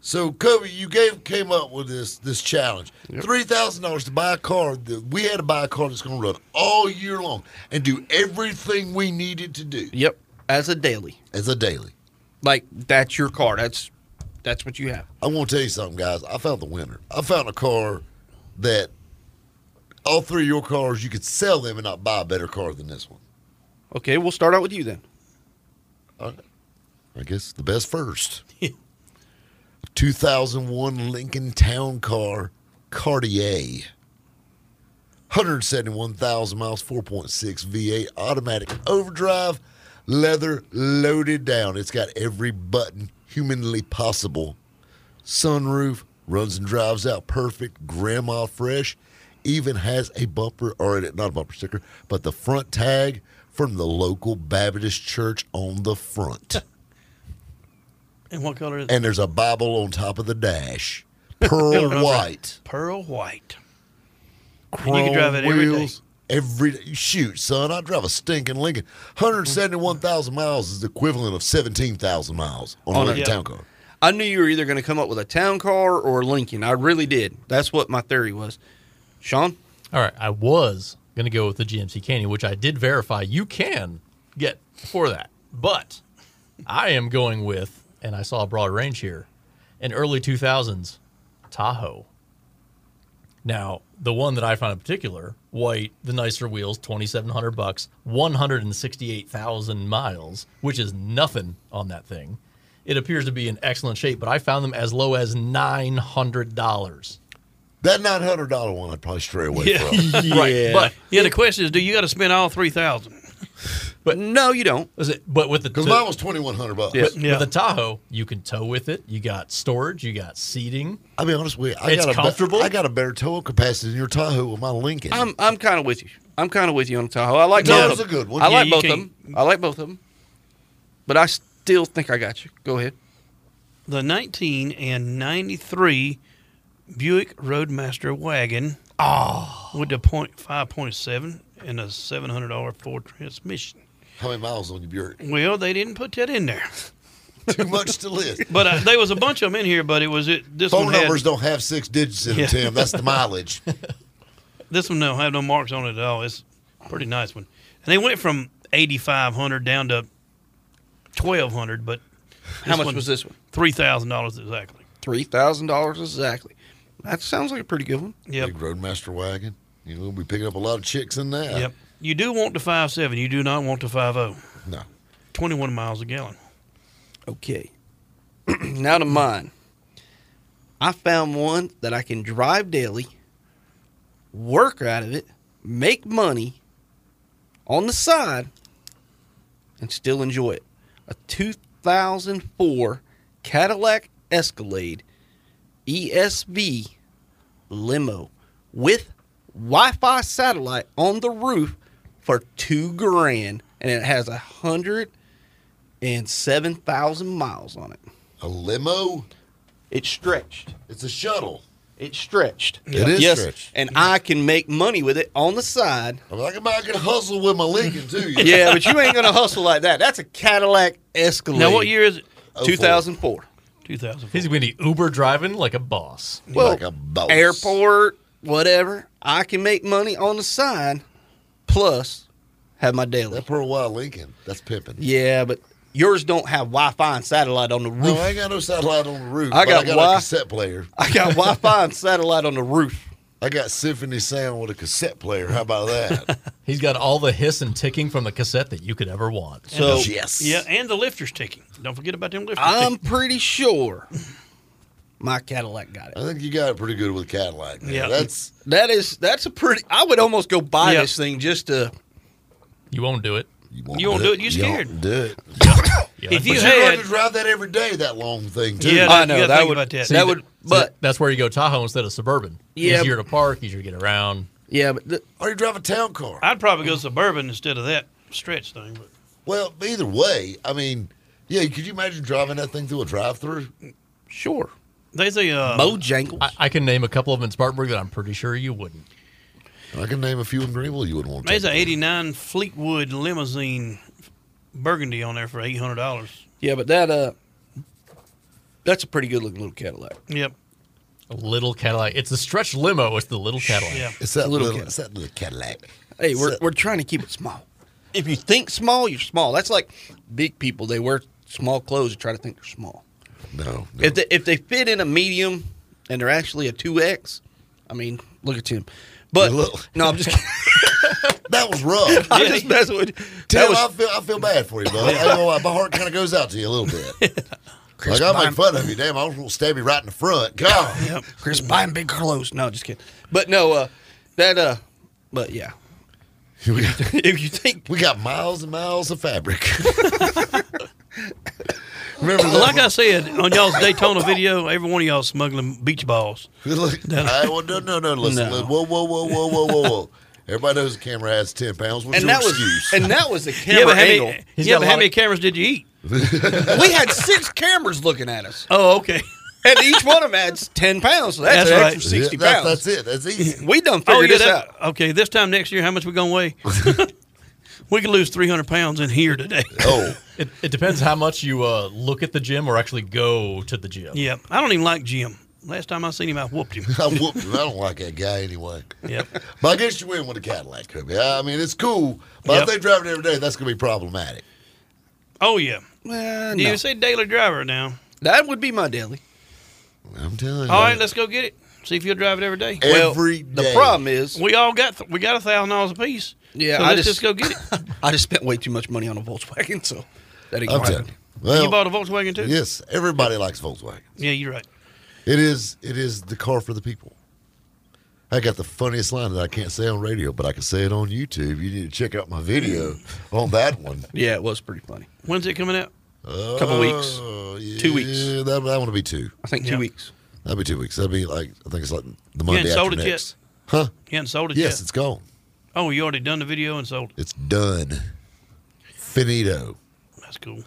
Speaker 2: So, Kobe, you gave came up with this this challenge three thousand dollars to buy a car that we had to buy a car that's going to run all year long and do everything we needed to do.
Speaker 1: Yep. As a daily.
Speaker 2: As a daily.
Speaker 1: Like that's your car. That's that's what you have.
Speaker 2: I want to tell you something, guys. I found the winner. I found a car that all three of your cars you could sell them and not buy a better car than this one.
Speaker 1: Okay, we'll start out with you then.
Speaker 2: I guess the best first. 2001 Lincoln Town Car Cartier. 171,000 miles, 4.6 V8, automatic overdrive, leather loaded down. It's got every button humanly possible. Sunroof runs and drives out perfect, grandma fresh. Even has a bumper, or not a bumper sticker, but the front tag from the local Baptist church on the front.
Speaker 4: And what color is it?
Speaker 2: and there's a Bible on top of the dash, pearl
Speaker 4: Color of it.
Speaker 2: white,
Speaker 4: Pearl white.
Speaker 2: chrome
Speaker 4: And you can drive it every day.
Speaker 2: wheels. Every day. shoot, son, I drive a stinking Lincoln. Hundred seventy-one thousand miles is the equivalent of seventeen thousand miles on, a Lincoln town car.
Speaker 1: I knew you were either going to come up with a town car or a Lincoln. I really did. That's what my theory was. Sean,
Speaker 3: All right, I was going to go with the GMC Canyon, which I did verify you can get for that. But I am going with, and I saw a broad range here, an early 2000s Tahoe. Now, the one that I found in particular, white, the nicer wheels, 2700 bucks, 168,000 miles, which is nothing on that thing. It appears to be in excellent shape, but I found them as low as $900.
Speaker 2: That nine hundred dollar one, I'd probably stray away
Speaker 4: Yeah.
Speaker 2: from.
Speaker 4: Right. But yeah, the question is, do you got to spend all three thousand?
Speaker 3: But
Speaker 1: no, you don't.
Speaker 3: Is it? But with the
Speaker 2: Because
Speaker 3: to-
Speaker 2: mine was twenty one hundred bucks.
Speaker 3: But With the Tahoe, you can tow with it. You got storage. You got seating.
Speaker 2: I'll be honest with you. I
Speaker 3: it's
Speaker 2: got a be-
Speaker 3: comfortable.
Speaker 2: I got a better towing capacity than your Tahoe with my Lincoln.
Speaker 1: I'm I'm kind of with you. I'm kind of with you on Tahoe. I like
Speaker 2: No,
Speaker 1: both
Speaker 2: it's
Speaker 1: of
Speaker 2: a
Speaker 1: them.
Speaker 2: good one.
Speaker 1: I
Speaker 2: Yeah,
Speaker 1: like
Speaker 2: you
Speaker 1: both of them.
Speaker 2: can't-
Speaker 1: I like both of them. But I still think I got you. Go ahead.
Speaker 4: The 19 and 93 Buick Roadmaster wagon
Speaker 2: Ah.
Speaker 4: oh. with the point five point seven and a $700 Ford transmission.
Speaker 2: How many miles on your Buick?
Speaker 4: Well, they didn't put that in there.
Speaker 2: Too much to list.
Speaker 4: But uh, there was a bunch of them in here, but it was it. This
Speaker 2: Phone
Speaker 4: one had-
Speaker 2: numbers don't have six digits in them,
Speaker 4: Yeah.
Speaker 2: Tim. That's the mileage.
Speaker 4: This one don't have no marks on it at all. It's a pretty nice one. And they went from eighty five hundred down to twelve hundred, but
Speaker 1: How much was this one?
Speaker 4: Three thousand dollars exactly.
Speaker 1: Three thousand dollars exactly. That sounds like a pretty good one.
Speaker 4: Yep.
Speaker 2: Big Roadmaster wagon. You're going to be picking up a lot of chicks in that.
Speaker 4: Yep. You do want the five seven. You do not want the five zero.
Speaker 2: No.
Speaker 4: Twenty one miles a gallon.
Speaker 1: Okay. now to mine. I found one that I can drive daily, work out of it, make money on the side, and still enjoy it. A 2004 Cadillac Escalade ESV limo with Wi Fi satellite on the roof for two grand, and it has a hundred and 7,000 miles on it.
Speaker 2: A limo?
Speaker 1: It's stretched.
Speaker 2: It's a shuttle.
Speaker 1: It's stretched.
Speaker 2: It is
Speaker 1: yes,
Speaker 2: stretched.
Speaker 1: And I can make money with it on the side.
Speaker 2: I mean, I can, I can hustle with my Lincoln, too. you
Speaker 1: yeah,
Speaker 2: know.
Speaker 1: but you ain't going to hustle like that. That's a Cadillac Escalade. Oh,
Speaker 4: Now what year is it?
Speaker 1: 2004.
Speaker 4: Two thousand.
Speaker 3: He's going to be Uber driving like a boss.
Speaker 1: Well, airport, whatever. I can make money on the side, plus have my daily.
Speaker 2: That Pearl Wild Lincoln. That's pimping.
Speaker 1: Yeah, but yours don't have Wi-Fi and satellite on the roof.
Speaker 2: No, I ain't got no satellite on the roof.
Speaker 1: I
Speaker 2: but
Speaker 1: got
Speaker 2: I got
Speaker 1: Wi-
Speaker 2: a cassette player.
Speaker 1: I got Wi-Fi and satellite on the roof.
Speaker 2: I got symphony sound with a cassette player. How about that?
Speaker 3: He's got all the hiss and ticking from the cassette that you could ever want.
Speaker 1: So-
Speaker 4: Yeah, and the lifters ticking. Don't forget about them lifters.
Speaker 1: I'm
Speaker 4: ticking.
Speaker 1: pretty sure my Cadillac got it.
Speaker 2: I think you got it pretty good with Cadillac. man.
Speaker 1: Yeah.
Speaker 2: that's
Speaker 1: That is that's a pretty. I would almost go buy this thing just to.
Speaker 3: You won't do it.
Speaker 1: You won't do it,
Speaker 2: don't
Speaker 1: you scared.
Speaker 2: Do it.
Speaker 3: Yeah,
Speaker 2: If
Speaker 3: but
Speaker 2: you had to drive that every day, that long thing too.
Speaker 3: Yeah,
Speaker 1: I know, that would-
Speaker 3: See,
Speaker 1: that would-
Speaker 3: see,
Speaker 1: but-
Speaker 3: that's where you go Tahoe instead of suburban.
Speaker 1: Yeah,
Speaker 3: easier to park, easier to get around.
Speaker 1: Yeah, but the,
Speaker 2: Or you drive a town car.
Speaker 4: I'd probably go suburban instead of that stretch thing. But
Speaker 2: Well, either way, I mean, yeah. Could you imagine driving that thing through a drive-through?
Speaker 1: sure.
Speaker 4: They say uh,
Speaker 1: Bojangles.
Speaker 3: I, I can name a couple of them in Spartanburg that I'm pretty sure you wouldn't.
Speaker 2: I can name a few in Greenville you wouldn't want to.
Speaker 4: There's an '89 Fleetwood limousine burgundy on there for eight hundred dollars.
Speaker 1: Yeah, but that uh, that's a pretty good looking little Cadillac.
Speaker 4: Yep.
Speaker 3: A little Cadillac. It's the stretch limo. It's the little Cadillac.
Speaker 4: Yeah.
Speaker 2: It's that
Speaker 1: Little
Speaker 2: little,
Speaker 1: Cadillac.
Speaker 2: it's that little Cadillac.
Speaker 1: Hey, we're
Speaker 2: So-
Speaker 1: we're trying to keep it small. If you think small, you're small. That's like big people. They wear small clothes and try to think they're small.
Speaker 2: No, no.
Speaker 1: If they if they fit in a medium and they're actually a two X, I mean, look at Tim. But no, I'm just kidding.
Speaker 2: that was rough.
Speaker 1: I'm just messing with you.
Speaker 2: Tim,
Speaker 1: That was-
Speaker 2: I feel I feel bad for you, bro. I know why. my heart kind of goes out to you a little bit.
Speaker 1: Chris
Speaker 2: like I
Speaker 1: Pine-
Speaker 2: make fun of you, damn! I was gonna stab you right in the front. God,
Speaker 1: Chris buying big clothes. No, just kidding. But no, uh, that uh, but yeah, if you think
Speaker 2: we got miles and miles of fabric. Remember, that
Speaker 4: Like I said on y'all's Daytona video, every one of y'all smuggling beach balls.
Speaker 2: Look, I, well, no, no, no. Listen,
Speaker 4: No.
Speaker 2: li- whoa, whoa, whoa, whoa, whoa, whoa, whoa. Everybody knows the camera adds ten pounds. What's
Speaker 1: and
Speaker 2: your
Speaker 1: that
Speaker 2: excuse?
Speaker 1: was and that was the
Speaker 4: yeah,
Speaker 1: camera
Speaker 4: but how
Speaker 1: angle.
Speaker 4: many, yeah, but how many cameras did you eat?
Speaker 1: we had six cameras looking at us,
Speaker 4: Oh, okay.
Speaker 1: and each one of them adds ten pounds. So that's,
Speaker 4: That's
Speaker 1: an
Speaker 4: right.
Speaker 1: extra sixty
Speaker 2: Yeah, that's-
Speaker 1: pounds.
Speaker 2: That's it. That's easy.
Speaker 1: We done
Speaker 4: Oh,
Speaker 1: figured
Speaker 4: yeah,
Speaker 1: this
Speaker 4: that-
Speaker 1: out.
Speaker 4: Okay, this time next year, how much we gonna weigh? we could lose three hundred pounds in here today.
Speaker 2: Oh,
Speaker 3: It, it depends how much you uh, look at the gym or actually go to the gym.
Speaker 4: Yep. I don't even like Jim. Last time I seen him, I whooped him.
Speaker 2: I whooped him. I don't like that guy anyway.
Speaker 4: Yep.
Speaker 2: But I guess you win with a Cadillac, Kirby. I mean, it's cool, but
Speaker 4: Yep.
Speaker 2: if they drive it every day, that's gonna be problematic.
Speaker 4: Oh yeah.
Speaker 1: Well,
Speaker 4: You
Speaker 1: no.
Speaker 4: say daily driver now.
Speaker 1: That would be my daily.
Speaker 2: I'm telling you.
Speaker 4: All right, let's go get it. See if you'll drive it every day.
Speaker 2: Every
Speaker 1: well, the
Speaker 2: day.
Speaker 1: problem is,
Speaker 4: We all got th- we got a thousand dollars apiece.
Speaker 1: Yeah,
Speaker 4: so
Speaker 1: I
Speaker 4: let's
Speaker 1: just-
Speaker 4: just, go get it.
Speaker 1: I just spent way too much money on a Volkswagen, so that ain't
Speaker 2: I'm
Speaker 1: gonna
Speaker 2: telling
Speaker 1: happen.
Speaker 2: you. Well,
Speaker 4: you bought a Volkswagen too.
Speaker 2: yes, everybody likes Volkswagen.
Speaker 4: Yeah, you're right.
Speaker 2: It is. It is the car for the people. I got the funniest line that I can't say on radio, but I can say it on YouTube. You need to check out my video on that one.
Speaker 1: Yeah, it was pretty funny.
Speaker 4: When's it coming out?
Speaker 2: A
Speaker 1: Couple weeks.
Speaker 2: Oh.
Speaker 1: Two weeks.
Speaker 2: That, that one will be two.
Speaker 1: I think two weeks.
Speaker 2: That'll be two weeks. That'll be like I think it's like the
Speaker 4: you
Speaker 2: Monday
Speaker 4: hadn't
Speaker 2: after
Speaker 4: sold it
Speaker 2: next.
Speaker 4: yet.
Speaker 2: Huh?
Speaker 4: You hadn't sold it
Speaker 2: yes,
Speaker 4: yet.
Speaker 2: it's gone.
Speaker 4: Oh, you already done the video and sold.
Speaker 2: It's done. Finito.
Speaker 4: That's cool.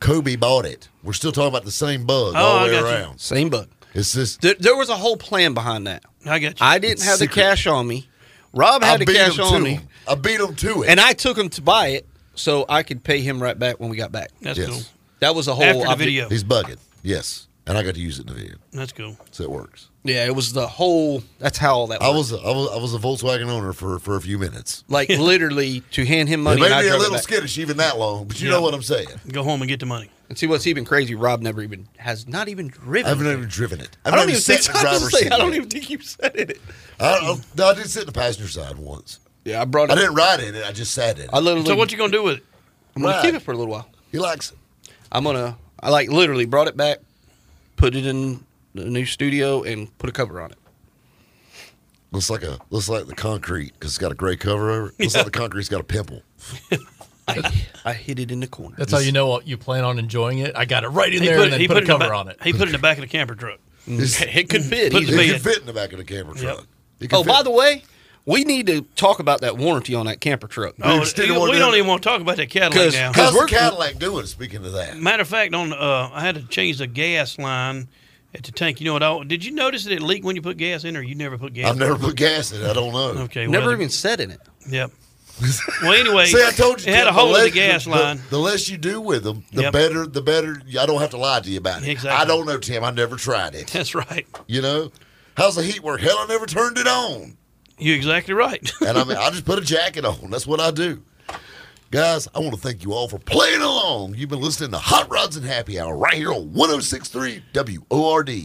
Speaker 2: Kobe bought it. We're still talking about the same bug
Speaker 1: Oh,
Speaker 2: all
Speaker 1: I
Speaker 2: the way
Speaker 1: got you.
Speaker 2: around.
Speaker 1: Same bug.
Speaker 2: It's just
Speaker 1: There, there was a whole plan behind that.
Speaker 4: I got
Speaker 1: I didn't have the cash on me. Rob had
Speaker 2: I
Speaker 1: the
Speaker 2: beat
Speaker 1: cash
Speaker 2: him
Speaker 1: on
Speaker 2: to
Speaker 1: me.
Speaker 2: him. I beat him to it.
Speaker 1: And I took him to buy it so I could pay him right back when we got back.
Speaker 4: That's Yes. cool.
Speaker 1: That was a whole obje-
Speaker 2: He's bugging. Yes, and I got to use it in the video,
Speaker 4: That's cool.
Speaker 2: so it works.
Speaker 1: Yeah, it was the whole. That's how all that.
Speaker 2: I was, I was I was a Volkswagen owner for for a few minutes.
Speaker 1: Like literally to hand him money.
Speaker 2: It
Speaker 1: and I
Speaker 2: made me a
Speaker 1: drove it
Speaker 2: little
Speaker 1: back.
Speaker 2: skittish even that long, but you
Speaker 1: Yeah.
Speaker 2: know what I'm saying.
Speaker 4: Go home and get the money.
Speaker 1: And see what's even crazy. Rob never even has not even driven.
Speaker 2: I haven't even driven it.
Speaker 1: I
Speaker 2: I've
Speaker 1: don't
Speaker 2: not
Speaker 1: even
Speaker 2: sat
Speaker 1: think-
Speaker 2: in the
Speaker 1: I was
Speaker 2: driver's
Speaker 1: gonna say,
Speaker 2: seat
Speaker 1: I don't
Speaker 2: yet.
Speaker 1: even think you've said it.
Speaker 2: I, I, no, I did sit in the passenger side once.
Speaker 1: Yeah, I brought it.
Speaker 2: I didn't ride in it. I just sat in it.
Speaker 1: I literally.
Speaker 4: So what you gonna do with it?
Speaker 1: I'm gonna
Speaker 2: Right.
Speaker 1: keep it for a little while.
Speaker 2: He likes it.
Speaker 1: I'm gonna. I like literally brought it back, put it in the new studio, and put a cover on it.
Speaker 2: Looks like a looks like the concrete because it's got a gray cover over it. Looks like the concrete's got a pimple.
Speaker 1: I hid it in the corner.
Speaker 3: That's how you know what you plan on enjoying it. I got it right in
Speaker 4: He
Speaker 3: there
Speaker 4: put
Speaker 3: and
Speaker 4: it-
Speaker 3: then
Speaker 4: he
Speaker 3: put,
Speaker 4: put
Speaker 3: a
Speaker 4: it in the
Speaker 3: cover
Speaker 4: ba-
Speaker 3: on it.
Speaker 4: he put it in the back of the camper truck.
Speaker 1: it could fit.
Speaker 4: Put the
Speaker 2: It
Speaker 4: bed.
Speaker 2: could fit in the back of the camper truck. It could
Speaker 1: Oh,
Speaker 2: fit.
Speaker 1: by the way, we need to talk about that warranty on that camper truck.
Speaker 4: Oh, we don't even want to talk about that Cadillac
Speaker 1: 'Cause-
Speaker 4: now.
Speaker 1: 'cause
Speaker 2: how's the
Speaker 1: we're-
Speaker 2: Cadillac doing? Speaking of that,
Speaker 4: Matter of fact, on uh, I had to change the gas line at the tank. You know what? I, did you notice that it leaked when you put gas in, or you never put gas?
Speaker 2: I've
Speaker 4: in?
Speaker 2: never put gas in. it. I don't know.
Speaker 4: Okay,
Speaker 1: Never
Speaker 4: well,
Speaker 1: even said in it.
Speaker 4: Yep. Well, anyway,
Speaker 2: See, I told you
Speaker 4: it had a
Speaker 2: Tim,
Speaker 4: hole in the
Speaker 2: less-
Speaker 4: gas line.
Speaker 2: The, less you do with them, the
Speaker 4: Yep.
Speaker 2: better. The better. I don't have to lie to you about it.
Speaker 4: Exactly.
Speaker 2: I don't know, Tim. I never tried it.
Speaker 4: That's right.
Speaker 2: You know, how's the heat work? Hell, I never turned it on.
Speaker 4: You're exactly right.
Speaker 2: And I mean, I just put a jacket on. That's what I do. Guys, I want to thank you all for playing along. You've been listening to Hot Rods and Happy Hour right here on 1063 WORD.